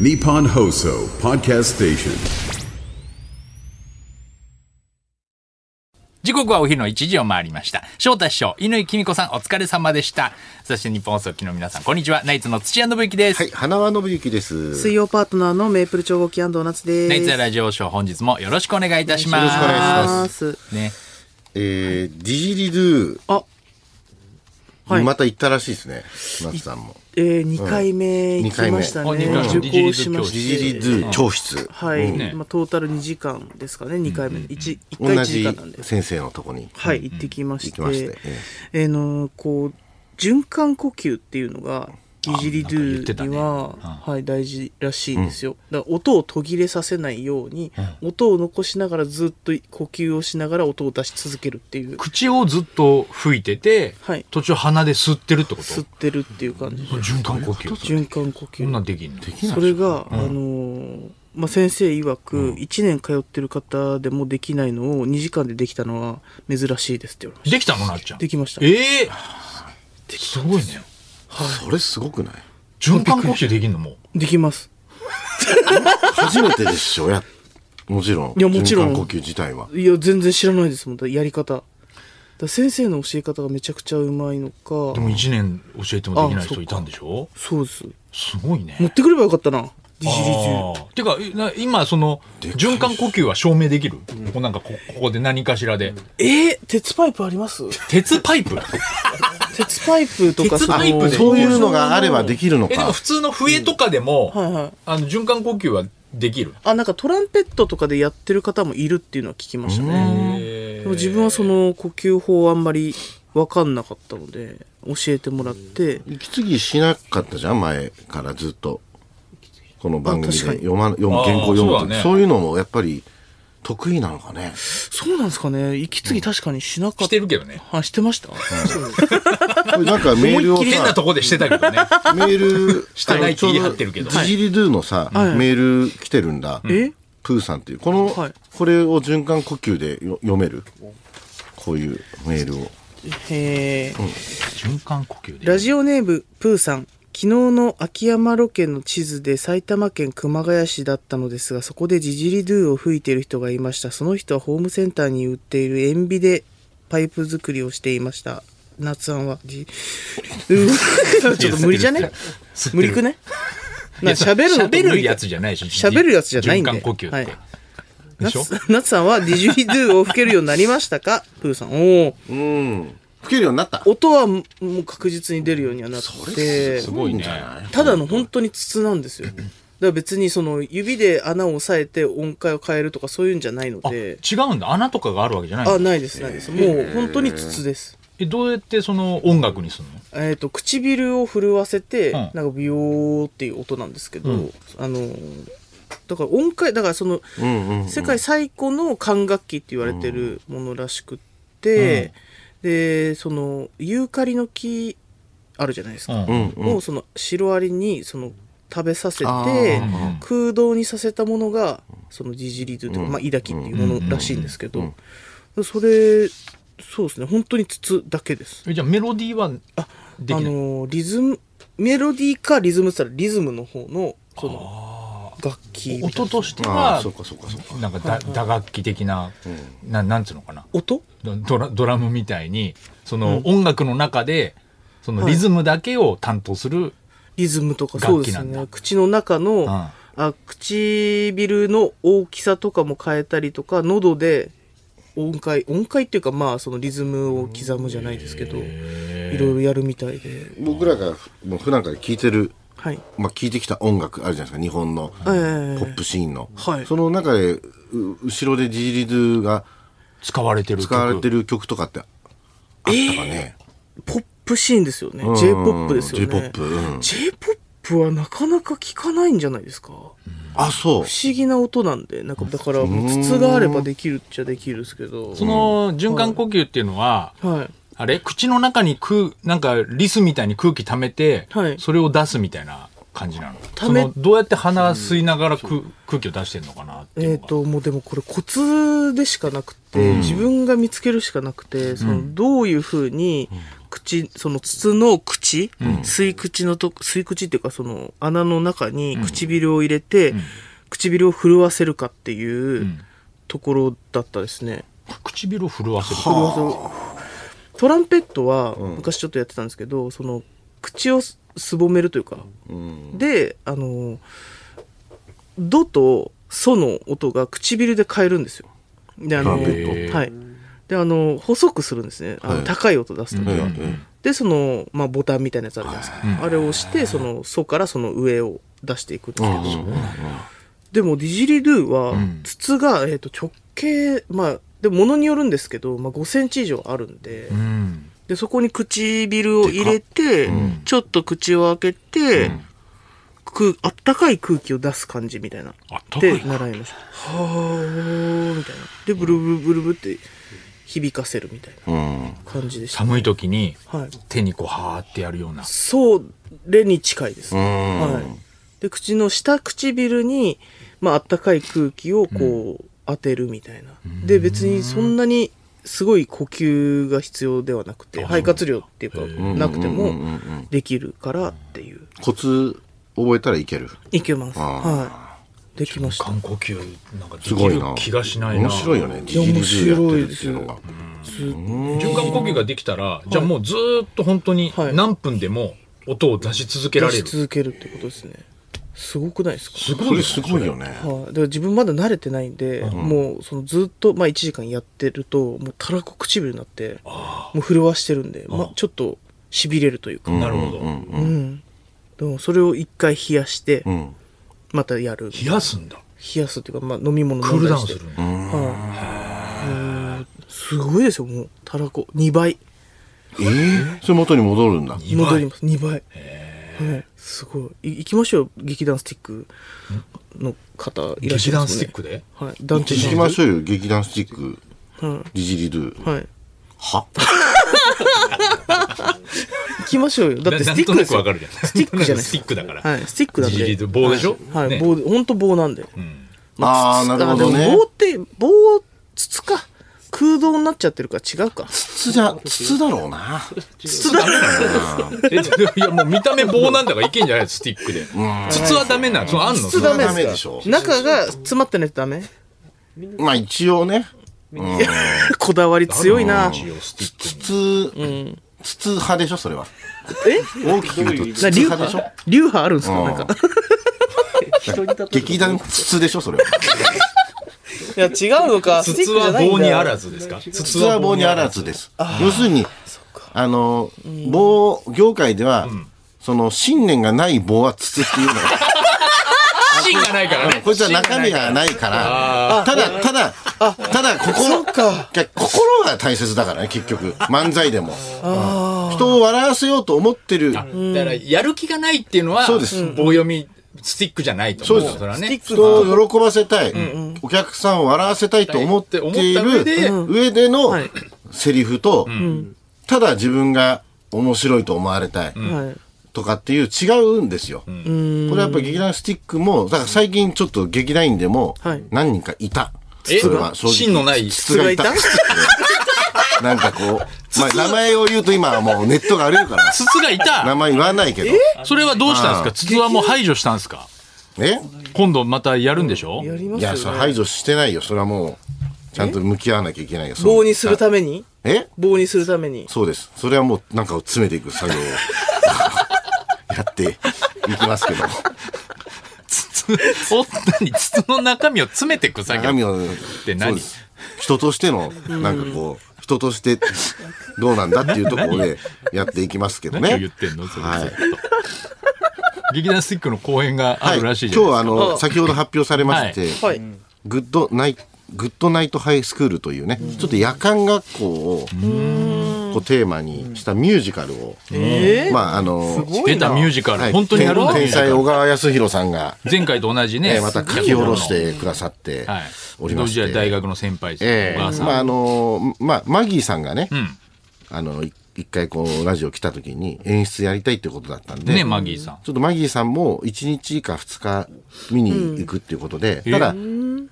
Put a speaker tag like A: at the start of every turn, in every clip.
A: Nippon Hoso Podcast Station.
B: 時刻はお昼の1時を回りました。翔太師匠、犬井美子さん、お疲れ様でした。そして日本放送機の皆さん、こんにちは。ナイツの土屋信之です。
C: はい、花輪信之です。
D: 水曜パートナーのメープル超合金ドーナツです。。
B: ナイツラジオショー、本日もよろしくお願いいたします。
C: よろしくお願いします
B: ね。
C: えー、ディジリル
D: あ、
C: ー、
D: はい
C: また行ったらしいですね、松さんも。
D: えー、2回目行きました
B: うん二
D: ね。
B: 回目
D: 受講しま
C: デ
B: そ
D: し
C: ィジリドゥ教室。
D: た。はい、
B: ね
D: まあ、トータル2時間ですかね、2回目。一一回1
C: 同
D: 時
C: じ
D: 間なんです。
C: 先生のとこに。
D: はい、行ってきまして。
C: 行きましてえ
D: えーのこう、循環呼吸っていうのが、ギジリド
B: なんか言ってた
D: ゥに
B: ね
D: は、はい、大事らしいんですよ。だから音を途切れさせないように、音を残しながらずっと呼吸をしながら音を出し続けるっていう。
E: 口をずっと吹いてて、
D: はい
E: 途中鼻で吸ってるってこと
D: 吸ってるっていう感じ
E: 循環呼吸
D: 循環呼
E: こんなん
D: 吸
E: できんの
D: それが、あのーまあ、先生曰く1年通ってる方でもできないのを2時間でできたのは珍しいですって言われまし
E: できたのなっちゃ
D: た
E: ん
D: できました
E: ええすごいね
C: それすごくない
E: 循環呼吸できんのもう
D: できます
C: 初めてでしょ、や。もちろん。
D: いやもちろ
C: 循
D: ん
C: 環呼吸自体は。
D: いや全然知らないですもんだやり方だから先生の教え方がめちゃくちゃうまいの
E: で
D: か
E: も1年教えてもできない
D: あそ
E: 人
D: っか
E: いたんでしょ
D: そうです
E: すごいね
D: 持ってくればよかったなディジリジ
E: あーてかえな今その循環呼吸は証明できる、こうなんかこここで何かしらで、
D: えー、鉄パイプあります
E: 鉄パイプ
D: 鉄パイプとか
E: 鉄パイプで
C: そういうのがあればできるの
E: えでも
C: か。
E: 普通の笛とかでも、
D: はいはい
E: あの循環呼吸はできる
D: あなんかトランペットとかでやってる方もいるっていうのは聞きましたね
E: え
D: でも自分はその呼吸法あんまり分かんなかったので教えてもらって
C: 息継ぎしなかったじゃん、前からずっと。この番組で
D: あ確かに
C: 読ま、読む、
E: あー
C: 原稿読む
E: そうだ
C: と
E: ね
C: き。そういうのもやっぱり得意なのかね。
D: そうなんですかね息継ぎ確かにしなか
E: し
D: ってた
E: るけどね
D: あしてました、
C: これなんかメールをさ
E: 変なとこでしてたけどね
C: メール、
E: してないって言い張ってるけど
C: あのちょうジジリドゥのさ、
D: はい
C: メール来てるんだ。
D: え
C: プーさんっていう。この、
D: はい
C: これを循環呼吸でよ読める。こういうメールを。
D: えー
E: 循環呼吸で
D: ラジオネームプーさん昨日の秋山ロケの地図で埼玉県熊谷市だったのですがそこでジジリドゥを吹いている人がいましたその人はホームセンターに売っている塩ビでパイプ作りをしていました夏さんはジちょっと無理じゃね
E: 吸ってる
D: 無理くね
E: いや
D: 喋るのと
E: 喋るやつじゃないし
D: 喋るやつじゃないんで
E: 循環呼吸って、
D: はい
E: でしょ
D: 夏夏さんはディジュリドゥを吹けるようになりましたかプーさん。おお。
C: うん。吹けるようになった。
D: 音はもう確実に出るようにはなっ
C: それ
D: て、
C: すごいんじゃない
D: ただの本当に筒なんですよ。だから別にその指で穴を押さえて音階を変えるとかそういうんじゃないの
E: あ
D: で、
E: 違うんだ穴とかがあるわけじゃない
D: あ、
E: の
D: ないです、ないです。もう本当に筒です。
E: えどうやってその音楽にするの
D: えっ、と、唇を震わせて、
E: うん
D: なんかビヨーっていう音なんですけど、あのー、だから音階、だからその、
C: うんうん。
D: 世界最古の管楽器って言われてるものらしくって、でそのユーカリの木あるじゃないですか、
C: う
E: うんん
C: うん
D: をそのシロアリにその食べさせて
C: あー
E: うん
D: 空洞にさせたものがそのジジリドゥとか、まあ、イダキっていうものらしいんですけど、それそうですね本当に筒だけです
E: えじゃあメロディーはで
D: あ
E: きない、
D: のリズムメロディーかリズムって言ったらリズムの方のその楽器みたいな
E: 音として
C: あ
E: は
C: あ、そうかそうかそうか。
E: なんかだ打楽器的な、ななんつうのかな
D: 音
E: ドドラドラムみたいにその音楽の中でそのリズムだけを担当する、
D: リズムとかそうです
E: 楽器なん
D: ね
E: だ
D: 口の中の、
E: ん
D: あ唇の大きさとかも変えたりとか喉で音階音階っていうかまあそのリズムを刻むじゃないですけどいろいろやるみたいで
C: 僕らがもう普段から聞いてる、
D: はい
C: まあ聞いてきた音楽あるじゃないですか、日本のポ
D: ええ
C: ップシーンの。
D: はい
C: その中で、う後ろでジジリドゥが
E: 使われてる曲
C: 使われてる曲とかってあったかね。
D: ポップシーンですよね
C: うん
D: J−POP ですよね
C: J-POP うん
D: J-POP はなかなか聞かないんじゃないですか不
C: あ、そう。
D: 思議な音なんでなんかだから筒があればできるっちゃできるですけど
E: その循環呼吸っていうのは、
D: はい
E: あれ口の中に空、なんかリスみたいに空気溜めて、
D: はい
E: それを出すみたいな感じなの。
D: 溜
E: そ
D: め
E: のどうやって鼻吸いながら空,、空気を出してんのかなっていう
D: え
E: の
D: っ、
E: が。
D: ともうでもこれコツでしかなくて、自分が見つけるしかなくてそのどういうふうに口、その筒の口、吸い口のと、吸い口っていうかその穴の中に唇を入れて、唇を震わせるかっていううところだったですね。
E: 唇を震わせる。
D: 震わせるトランペットは昔ちょっとやってたんですけど、その口をすすぼめるというか、で、あの、ドとソの音が唇で変えるんですよ。で、あ
C: トラ
D: の、
C: ンペッ
D: はい。で、あの、細くするんですね。あの
C: はい
D: 高い音出すときは。
C: ええ
D: で、その、まあ、ボタンみたいなやつあるじゃないですか。あれを押して、その、ソからその上を出していくんですけど、でも、ディジリドゥは、筒が、えっ、と、直径、まあ、でも、ものによるんですけど、まあ、5センチ以上あるんで、
E: うん。
D: で、そこに唇を入れて、ちょっと口を開けて、空あったかい空気を出す感じみたいな。
E: あったか
D: で、
E: い。
D: 習いました。はーみたいな。で、ブルブルブルブルって響かせるみたいな
C: うん
D: 感じでした。
E: 寒い時に
D: はい。
E: 手にこう、はーってやるような。
D: それに近いです。
C: ん
D: はい。で、口の下唇に、まあ、あったかい空気をこう、当てるみたいな。で、別にそんなに、すごい呼吸が必要ではなくて、肺活量っていうか、なくてもできるからっていう。
C: コツ覚えたらいける
D: いけます。
C: あ
D: はい。できました。
E: 観呼吸、なんかですき
C: ごい
E: る
C: な
E: 気がしないな。
C: 面白いよね
D: いや面白いです
C: ジリジリやってるっていうのが
E: 循環呼吸ができたら、じゃあもうずーっと本当に
D: はい
E: 何分でも音を出し続けら
D: 出
E: れ
D: し
E: る。
D: 続けるってことですね。すごくないですか
E: すごい
C: そ
E: よね
C: れすごいよね
D: はい、だから自分まだ慣れてないんで、もうそのずっと、まあ、1時間やってるともうたらこ唇になってもう震わしてるんで、まあ、ちょっとしびれるというか、
E: なるほど。
D: うんでもそれを1回冷やして
C: うん
D: またやる、
E: 冷やすんだ。
D: 冷やすっていうか、まあ、飲み物
E: クー
D: 飲ん
E: ル
D: だ
E: ダ
D: り
E: ウン
D: し
E: す
D: て
E: るんだ。
D: はいうんすごいですよもうたらこ2倍
C: ええそれ元に戻るんだ
E: 二倍
D: 戻ります2倍はい、すごいい行きましょう劇団スティックの方いらっ
E: 劇
D: しゃいま
E: 団
D: す
E: ステ
D: よね
E: ィックで
D: はい、団地
C: 行きましょうよ劇団スティック
D: うん
C: リジリドゥ
D: はい
C: は
D: 行きましょうよ。だって
E: な
D: スティックですよ。
E: なんとなくわかるじゃん
D: スティックじゃないですか。
E: スティックだから
D: はい、スティックなんで。
E: ジジリドゥ棒でしょ
D: はい、
E: ね
D: 棒で、ほんと棒なんで。
C: ああなるほど
D: あで
C: ね
D: も棒って、棒、筒か。空洞になっちゃってるから違うか。
C: 筒じゃ筒だろうな
D: 筒だ。
E: えいや、もう見た目棒なんだからいけんじゃないスティックで。筒はダメなの。そのあんの
D: 筒ダメ
C: ダメ
D: で
C: ですし
D: か
C: ょ
D: 中が詰まってないとダメ
C: まあ一応ね
D: こだわり強いな。
E: 一応スティックに。
C: 筒筒派でしょそれは
D: え
C: 大きく言うと筒
D: な流
C: 派でしょ
D: 派流派あるんですか
C: うん
D: なんか。
C: 劇団筒でしょそれはい
D: や、違うのか。スティッ
E: 筒
D: クじゃ
E: は
D: ないんだ
E: 棒にあらずですか筒
C: 筒は棒にあらずです要するにあの棒業界ではその信念がない棒は筒っていう のが
E: 芯がないからね。
C: こいつは中身がないから、ただ、ただ、ただ、
D: そ
C: 心
D: っ、か。
C: いや心が大切だからね、結局。漫才でも。人を笑わせようと思ってる。
E: だから、やる気がないっていうのは、
C: そうです
E: 棒読み、スティックじゃないと思う。
C: そうです
E: れはね。
D: スティック
C: 人を喜ばせたい。お客さんを笑わせたいと思ってい
E: 思った上
C: る
E: で
C: 上での
D: はい
C: セリフと、ただ自分が面白いと思われたい。
D: はい。
C: とかっていう違うんですよ。これやっぱ劇団スティックも、だから最近ちょっと劇団員でも
D: はい
C: 何人かいた。
E: え
C: それは正直
E: 芯のない
C: 筒がいた
D: 筒が い。
C: なんかこう、まあ名前を言うと今はもうネットがあるから、
E: 筒がい
C: 名
E: た
C: 前言わないけど。
E: それはどうしたんですか筒はもう排除したんですか
C: え
E: 今度またやるんでしょ
D: やりま
C: い
D: すよ、
C: や、
D: ね。
C: それ排除してないよ。それはもう、ちゃんと向き合わなきゃいけないよ。そう
D: 棒にするために
C: え
D: 棒にするために。
C: そうです。それはもうなんかを詰めていく作業を やっていきますけど。
E: 筒、お、何筒の中身を詰めていく作業。
C: 中身を
E: て何
C: そうです人としてのなんかこう人としてどうなんだっていうところでやっていきますけどね。
E: 何を言ってんのそれ
C: はい。
E: 劇団スティックの公演があ
C: はい。
E: る
C: 今
E: らしい
C: 日
E: じゃないです
C: はあの
D: あ
C: 先ほど発表されまして、
D: はい。
C: グッドナイグッドナイトハイスクールというね、ちょっと夜間学校をこうテーマにしたミュージカルを、
D: えー
C: まああの
E: か。出たミュージカル。
C: はい
E: 本当にやるの
C: 天才小川康弘さんが、
E: 前回と同じね。
C: えーまた書き下ろし。てくださって
E: はい。
C: おり
E: 同
C: まし
E: 時は
C: て。
E: 大学の先輩です
C: え
E: お
C: え
E: 母さん。
C: まああのまあマギーさんがね、
E: ん
C: あのい一回こうラジオ来た時に演出やりたいってことだったんで、
E: ね、マギーさん。
C: ちょっとマギーさんも1日か2日見に行くっていうことで、ただ、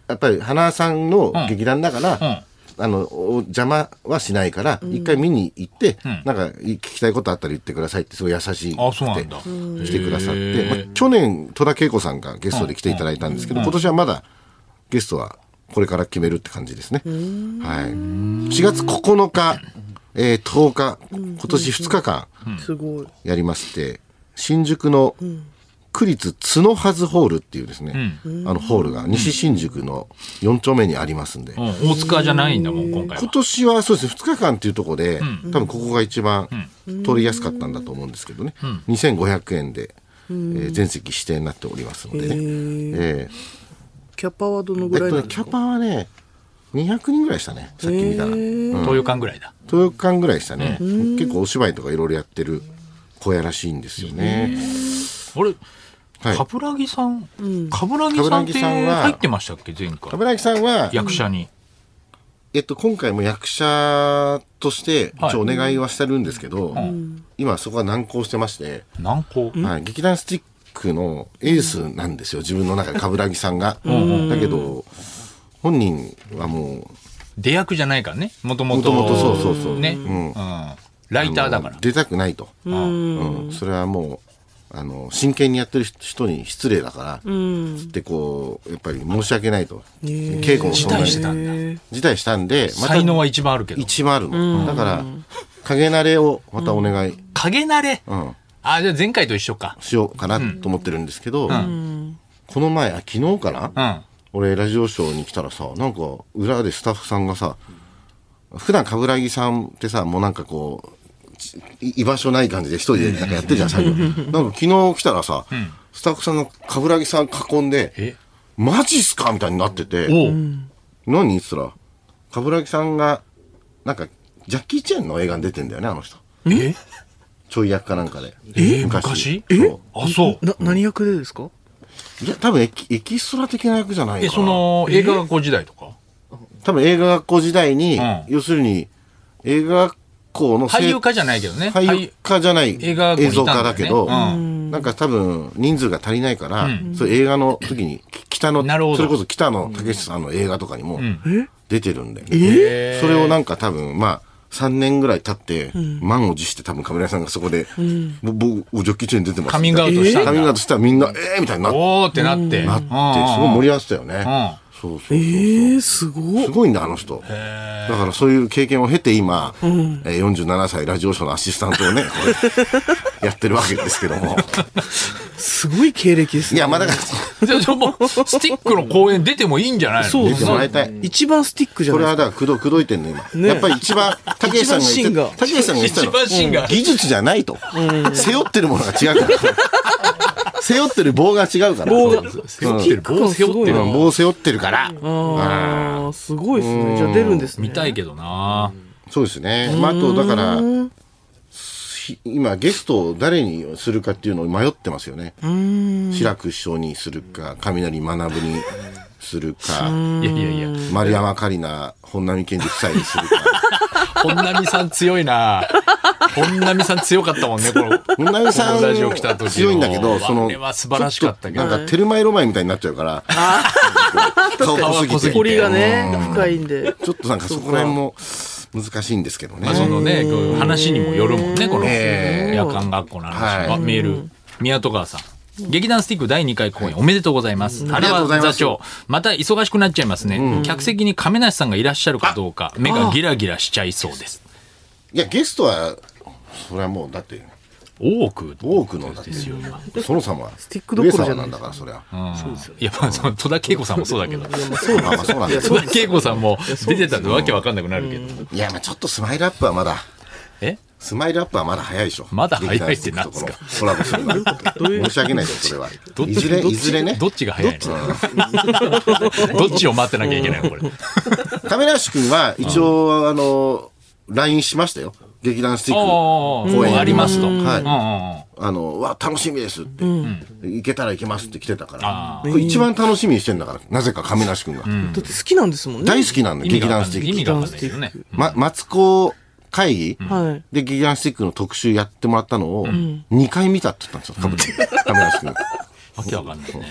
C: やっぱり花さんの劇団だから、あのお邪魔はしないから、一回見に行って、なんかい聞きたいことあったら言ってくださいってすごい優し
E: あ
C: く
E: そうなん
C: て
E: だ
C: してくださっ
E: へ
C: て、
E: ー
C: まあ、去年戸田恵子さんがゲストで来ていただいたんですけど、今年はまだゲストはこれから決めるって感じですね。はい、4月9日、えー10日、今年2日間
D: すごい。
C: やりまして、新宿の区立角はずホールっていうですね、あのホールが西新宿の4丁目にありますんで、
E: うん、大塚じゃないんだもん今回は
C: 今年はそうですね2日間っていうところで、多分ここが一番取りやすかったんだと思うんですけどね、2500円で、えー全席指定になっておりますのでね、え
D: キャパはどの
C: ー
D: ぐ
C: え
D: ら
C: っ
D: い
C: とね
D: なんで
C: キ
D: す
C: ャ
D: か
C: パはね200人ぐらいでしたねさっき見たら、
E: 東洋館ぐらいだ
C: 豊館ぐらいでしたね、結構お芝居とかいろいろやってる小屋らしいんですよね、
E: あれ
C: はい
E: 冠城さん冠城さんって
C: 冠城さんは
E: 入ってましたっけ前回
C: 冠城さんは、
E: 役者に
C: えっと、今回も役者として
E: はい
C: 一応お願いはしてるんですけど、今そこは難航してまして、
E: 難航
C: はい、劇団スティックのエースなんですよ自分の 中で冠城さんが。だけど本人はも
E: 出役じゃないからねもともと
C: 元々そうそうそう
E: ね
C: ん
E: うんラ
C: う
E: イターだか
C: あ
E: ら
C: の出たくないと、うんそれはもうあの真剣にやってる人に失礼だから、つってこうやっぱり申し訳ないと、稽古もそんな
E: 辞退
C: に
E: してたんだ
C: 辞退したんでまた
E: 才能は一番あるけど
C: 一番あるの、だから影慣れをまたお願い、
E: 影慣れ
C: うん
E: あじゃあ前回と一緒か
C: しようかなと思ってるんですけど、この前あ昨日かな、
E: うん
C: 俺ラジオショーに来たらさなんか裏でスタッフさんがさ普段冠城さんってさもうなんかこうち居場所ない感じで一人でなんかやってるじゃん作業なんか昨日来たらさ、スタッフさんの冠城さん囲んで
E: え
C: 「マジっすか?」みたいになってて
E: おう
C: 何っつったら冠城さんがなんかジャッキー・チェンの映画に出てんだよねあの人
E: え
C: ちょい役かなんかで
E: え昔
C: そう
E: あそう
D: な、何役でですか
C: いや、多分エキエキストラ的な役じゃないか
E: え
C: な。
E: その映画学校時代とか
C: 多分映画学校時代に、
E: うん
C: 要するに、映画学校の生
E: 俳優家じゃないけどね
C: 俳優家じゃない
E: 映画学校
C: 映
E: にいた
C: 像
E: んだ
C: 家
E: よね
C: だけど、
E: うん
C: なんか多分人数が足りないから、そういう映画の時に、き北野
E: なるほ、ど
C: それこそ北野武さんの映画とかにも出てるんで、
E: え
C: それをなんか多分、まあ、3年ぐらい経って、満を持して多分カメラさんがそこで、ぼ僕、おジョッキーチェン出てます
E: カミングアウトしたんだ
C: カミングアウトしたらみんな、えーみたいになって、
E: おーってなって
C: なって、すごい盛り上がってたよね。そうそうそうそう。
D: えー、すご
C: す
D: い。
C: ごいんだ、あの人。だからそういう経験を経て今、えー47歳ラジオショーのアシスタントをね、こ れやってるわけですけども。
D: すごい経歴です
C: い
D: ね。
C: や、まあだから、
E: じゃあ、もう、スティックの公演出てもいいんじゃないの
D: そう
C: 出てもらいたい。
D: 一番スティックじゃ
C: こ
D: な
C: れ
D: いで
C: は
D: す
C: だ
D: か。
C: から、くど、くどいてんね、今。
D: ね
C: やっぱり一番、竹内さんが言
D: 一番芯
C: っ
D: が
C: て、竹内さんが言ってたの
E: 一番芯が
C: うん技術じゃないと。背負ってるものが違う から。背負ってる棒が違うから。
D: 棒が
E: 背負ってる、棒背負って
C: う
E: る。
C: ん棒を背負ってるから。
D: あー、すごいですね。じゃあ出るんですね。
E: 見たいけどな
C: そうですね。まあ、あと、だから、ひ今、ゲストを誰にするかっていうのを迷ってますよね。志らく師匠にするか、雷学にするか、
E: いやいやいや、
C: 丸山桂里奈、本並健二夫妻にす るか。
E: 本並さん強いな本並さん強かったもんね、この。
C: 本並さ
E: このラジオ来た時
C: ん
E: の
C: 強いんだけど、その、
E: あれは素晴らしかったけど
C: ちょとなんか、テルマエロマエみたいになっちゃうから、顔濃すぎ
E: こ
D: 彫
E: れ
C: て。
D: りがね、深いんで。
C: ちょっとなんか、そこら辺も難しいんですけどね
E: まあ、。そのね、こう話にもよるもんね、この
C: え
E: 夜間学校の話。
C: はい
E: あメール、宮戸川さん。劇団スティック第2回公演おめでとうございます。あ
C: りがとうございます
E: 座長、また忙しくなっちゃいますね。客席に亀梨さんがいらっしゃるかどうか、目がギラギラしちゃいそうです。
C: いや、ゲストは、それはもう、だって、
E: 多く
C: 多くのだって
E: ですよ。
C: 殿様ス
D: ティックどころじゃない
C: なんだからそりゃ、ま
E: いや、まあ、その戸田恵子さんもそうだけど。
C: あまあそうなんだけど
E: 戸田恵子さんも出てたんでわけわかんなくなるけど。
C: いやまあちょっとスマイルアップはまだ
E: え
C: スマイルアップはまだ早いでしょ
E: まだ早いってなんですか
C: できたらとこのコラボするの申し訳ないですそれは
E: どっち
C: いずれ
E: どっ
C: い
E: ち
C: ずれね
E: どっちが早いのどっちを待ってなきゃいけないのこれ。
C: 亀梨君は一応あの LINE しましたよ劇団スティッ
E: あ
C: ク
E: あ、
C: 公演
E: ありますと。うんうんうん
C: はい
E: あ
C: あのうわ楽しみですって行けたら行けますって来てたか
E: あ
C: らこれ一番楽しみにしてんだからなぜか亀梨君が
D: だって好きなんですもんね。
C: 大好きなんだよ劇団スティック
E: 意味がわかんないよね。
C: ま、マツコ会議、
D: はい
C: で、ギガンスティックの特集やってもらったのを、2回見たって言ったんですよ、かぶって。亀梨君。
E: わけわかんないね。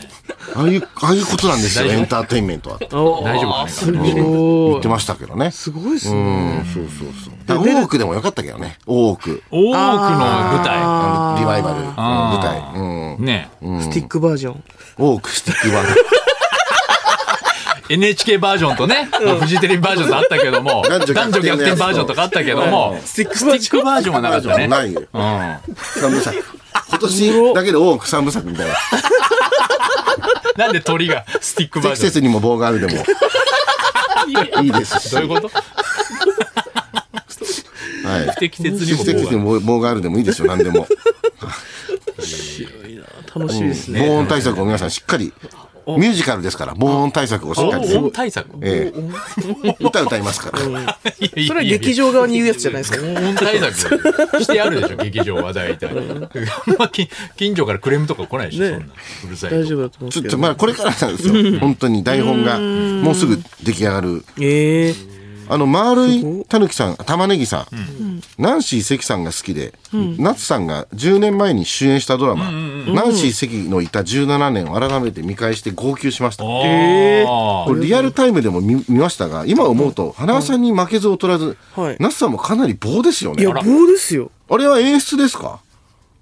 C: ああいう、ああいうことなんですよ、
E: 大丈夫
C: エンターテインメントは。
D: お
E: 大丈夫かね
D: あーす
C: 言
D: ご
C: っ
D: い
C: て。ましたけどね。
D: すごいっす
C: う
D: ね。
C: ん、そうそうそう。だから大奥でもよかったけどね、大奥。
E: 多くの舞台。
C: あ
D: あ
C: のリバイバル、うん舞台。
E: あ
C: うん。
E: ねえ
D: ースティックバージョン。
C: 多くしていきま
E: NHK バージョンとね、まあフジテレビバージョンとあったけども、
C: 男
E: 男
C: 女
E: 女
C: 逆転のやつ
E: 逆転バージョンとかあったけども、
C: うん
E: スティックバージョンはなかったね。
C: ないよ。
E: うん
C: 三 部作。今年だけで多く三部作みたいな。
E: なんで鳥がスティック
C: 不
E: バー
C: 適
E: ジョン
C: 切にも棒があるでも。いいですし。
E: どういうこと
C: はい。
E: 不適切
C: 不
E: に
C: 適
E: も
C: 切にも棒があるでもいいですよ、何でも。
D: 楽しみですね。
C: 防音対策を皆さんしっかり。ミュージカルですから、防音対策をしっかり
E: 防音
C: ね。
E: 対策
C: ええ。歌歌いますから。
E: そ
D: それは劇場側に言うやつじゃないですか。
E: 防音対策してあるでしょ、劇場は大体。あんま近近所からクレームとか来ないでしょ、
D: ね
E: そんな。うるさいと。
D: 大丈夫だと思う
C: ち
D: んで
C: ょ
D: す
C: っ
D: け
C: と
D: ど。
C: まあこれからなんですよ。本当に台本が、もうすぐ出来上がる。
D: ええ。
C: あの、丸いたぬきさん、玉ねぎさん、ナンシー関さんが好きで、夏さんが10年前に主演したドラマ、ナンシー関のいた17年を改めて見返して号泣しました。
E: あー
C: これリアルタイムでも見見ましたが、今思うと、花輪さんに負けず劣らず
D: はい、
C: ナスさんもかなり棒ですよ
D: い
C: ね
D: や、。棒ですよ。
C: あれは演出ですか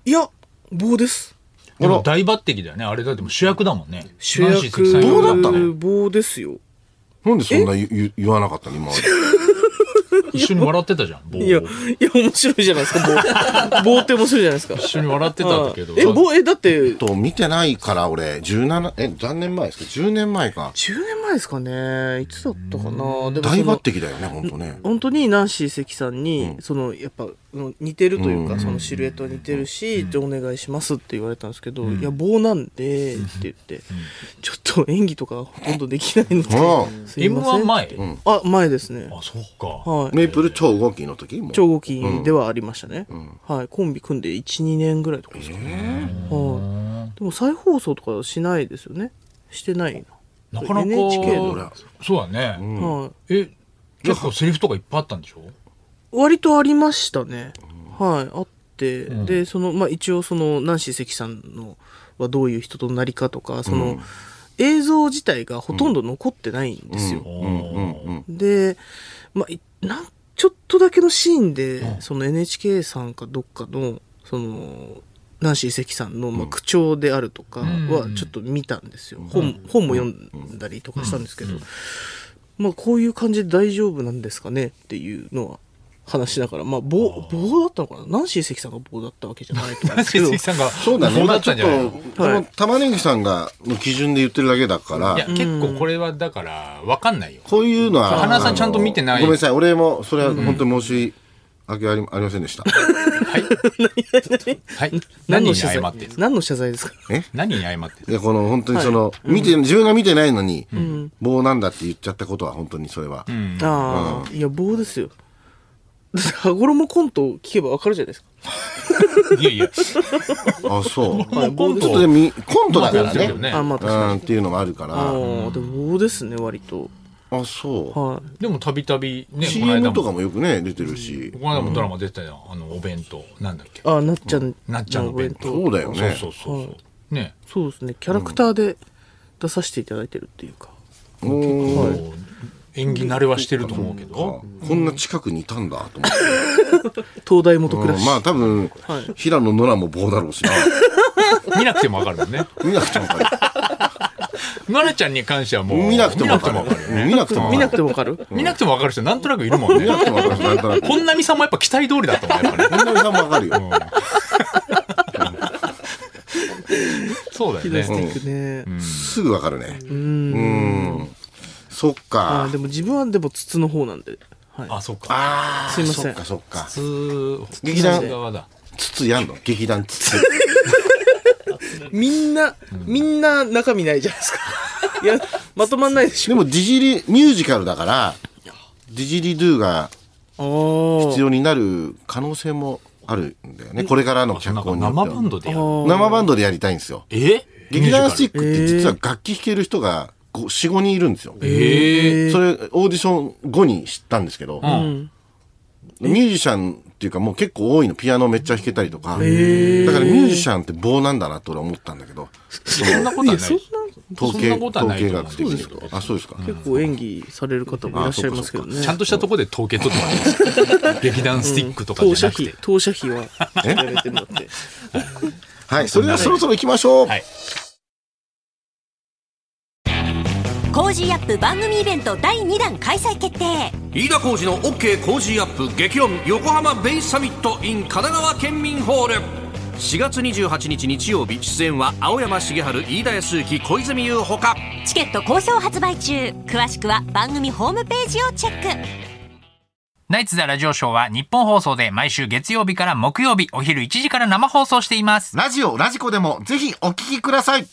D: いや、棒です。
E: でも大抜擢だよね。あれだってもう主役だもんね。
D: 主
E: ナンシー
D: 役
E: 関さん
C: どうだったの
D: 棒ですよ。
C: なんでそんな言言言わなかったの今まで。
E: 一緒に笑ってたじゃん、棒を
D: いや、いや、面白いじゃないですか、棒。棒って面白いじゃないですか。
E: 一緒に笑ってたんだけど。
D: え、棒、え、だって、
C: と見てないから俺、17、え、何年前ですか ?10 年前か。
D: 10年前ですかね。いつだったかな。でも
C: 大
D: そ
C: 抜
D: の、
C: 擢だよね、本当ね。
D: 本当にナンシー関さんに、その、やっぱ、うん似てるというか、そのシルエットは似てるし、じゃあお願いしますって言われたんですけど、いや、棒なんで、って言って、ちょっと演技とかほとんどできないので、
C: う
D: すいません
E: M1 前
D: あ、前ですね。
E: あ、そっか。
D: はい
C: ん。。メイプル超合金の時も。
D: 超合金ではありましたね、はいコンビ組んで12年ぐらいとかですかね、はい、でも再放送とかしないですよねしてないな
E: なかなか。
D: NHK の、
C: ら
E: そうだね。
D: はい、
E: え、結構セリフとかいっぱいあったんでしょ
D: 割とありましたね、はいあって、でその、まあ、一応そのナンシー関さんのはどういう人となりかとかその、映像自体がほとんど残ってないんですよ、で、まあいなん、ちょっとだけのシーンで、その NHK さんかどっかの、その、ナンシー関さんの、まあ、口調であるとかはちょっと見たんですよ。本本も読んだりとかしたんですけど、まあこういう感じで大丈夫なんですかねっていうのは話しながら、まあ棒、棒だったのかなナンシー関さんが棒だったわけじゃないと思うん
E: ナ
D: で
E: ン
D: す
E: シ
D: け
E: ー
D: ど
E: 関さんが
C: そうだね。
E: 棒
C: ま
E: だ
C: あ
E: った
C: ちょっ
E: んじゃないの
C: と、その玉ねぎさんが、の基準で言ってるだけだから。
E: いや、結構これはだから、わかんないよ。
C: こういうのは。
E: 花さんちゃんと見てない
C: ごめんなさい、俺も、それは本当に申し訳ありありませんでした。
E: はい。
D: 何
E: 何
D: の
E: に
D: 謝
E: 謝
D: 罪
E: ってんの
D: 何の謝罪ですか
E: 何に謝ってん
C: いや、この本当にその、見て、自分が見てないのに、棒なんだって言っちゃったことは本当にそれは。
D: ああ、いや、棒ですよ。だって羽衣コントを聞けばわかるじゃないですか。
E: のいやいや、
C: あ、そう。
E: もうコン
C: ち
E: ト
C: ょっとでも、コントだから
E: まあコン
C: ね。
E: トだよね
D: あ、まあ確か
C: う
D: に
C: ん、。っていうのもあるか
D: あ
C: ら。
D: あ、でも棒ですね、割と。
C: あ、そ
D: は
E: でもたびたび
C: う。
E: ね、この間
C: CM とか
E: も、
C: もよくね、出てるし
E: こ。の間もドラマ出てたよ。あの、お弁当。なんだっけ
D: い。。ああ、なっちゃん、
E: なっちゃんの弁当。
C: そうだよね。
E: そうそうそうそう。ね。
D: そうですね、キャラクターで出させていただいてるっていうか。
C: おー
E: こう演技慣れはしてると思うけど。
C: こんな近くにいたんだと思って。
D: 東大元暮
C: う
D: ら
C: ん
D: し。
C: まあ多分、平野ノラも棒だろうしな。
E: 見なくてもわかるもんね。
C: 見なくてもわかる。
E: 奈々ちゃんに関してはもう、
C: 見なくてもわかる
E: 見なくてもわかるよ。
C: 見なくても
D: 見な
C: わ
D: く
C: か
D: てもわかる
E: 見なくてもわかる人なんとなくいるもん
C: る。 見
E: ね。
C: なくてもわかる。なんとなく。
E: 本並さんもやっぱ期待通りだったもんねやっぱね。
C: 本並さんもわかるよ。
E: そうだよ
D: 出して
E: ね。
D: いくね。
C: すぐわかるね。うん。そっ
D: ああ、
C: か。
D: でも自分はでも筒の方なんで。はい。
E: あ、そっか。
C: ああ、
D: すいませ
C: そ
D: ん
C: っかそっか。
E: 普通、
C: 劇団
E: 側だ。
C: 筒やんの劇団筒。
D: みんな、みんな中身ないじゃないです か。いや、まとまんないでし
C: で
D: ょ。
C: も、ディジリ、ミュージカルだから、ディジリドゥが
D: ああ
C: 必要になる可能性もあるんだよね。これからの脚
E: なんか
C: 本によっ
E: 生
C: ては。
E: バンドでやる。
C: 生バンドでやりたいんですよ。
E: え
C: 劇団スティックっ
D: ミュ
C: て
D: ージカル
C: 実は楽器弾ける人が5 4、5人いるんですよ。
E: ええ。
C: それ、オーディション後に知ったんですけど、
E: うん。
C: ミュージシャンっていうかもう結構多いの、ピアノめっちゃ弾けたりとか、だからミュージシャンって棒なんだなと俺は思ったんだけど、
E: そんなことはない。
D: そんな
C: 統
E: そん
C: 計
E: なことは
C: 統
E: ない
C: 計
E: と思う
C: 学的に
E: そうです
C: あそうですか、
D: 結構演技される方もいらっしゃいますけどね。
E: ちゃんとしたところで統計取ってもらい ます。劇団スティックとかじ
D: 当
E: ゃ
D: 社
E: なくて
D: 費。、当社費はやられてんだって。
C: はいそれではそろそろ行きましょう、
E: はい
F: コージーアップ番組イベント第2弾開催決定
G: 飯田浩司の OK 工事アップ激論横浜ベイサミット in 神奈川県民ホール4月28日日曜日出演は青山茂春飯田康之小泉優ほか
F: チケット好評発売中詳しくは番組ホームページをチェック
B: ナイツザラジオショーは日本放送で毎週月曜日から木曜日お昼1時から生放送しています。
C: ラジオラジコでもぜひお聞きください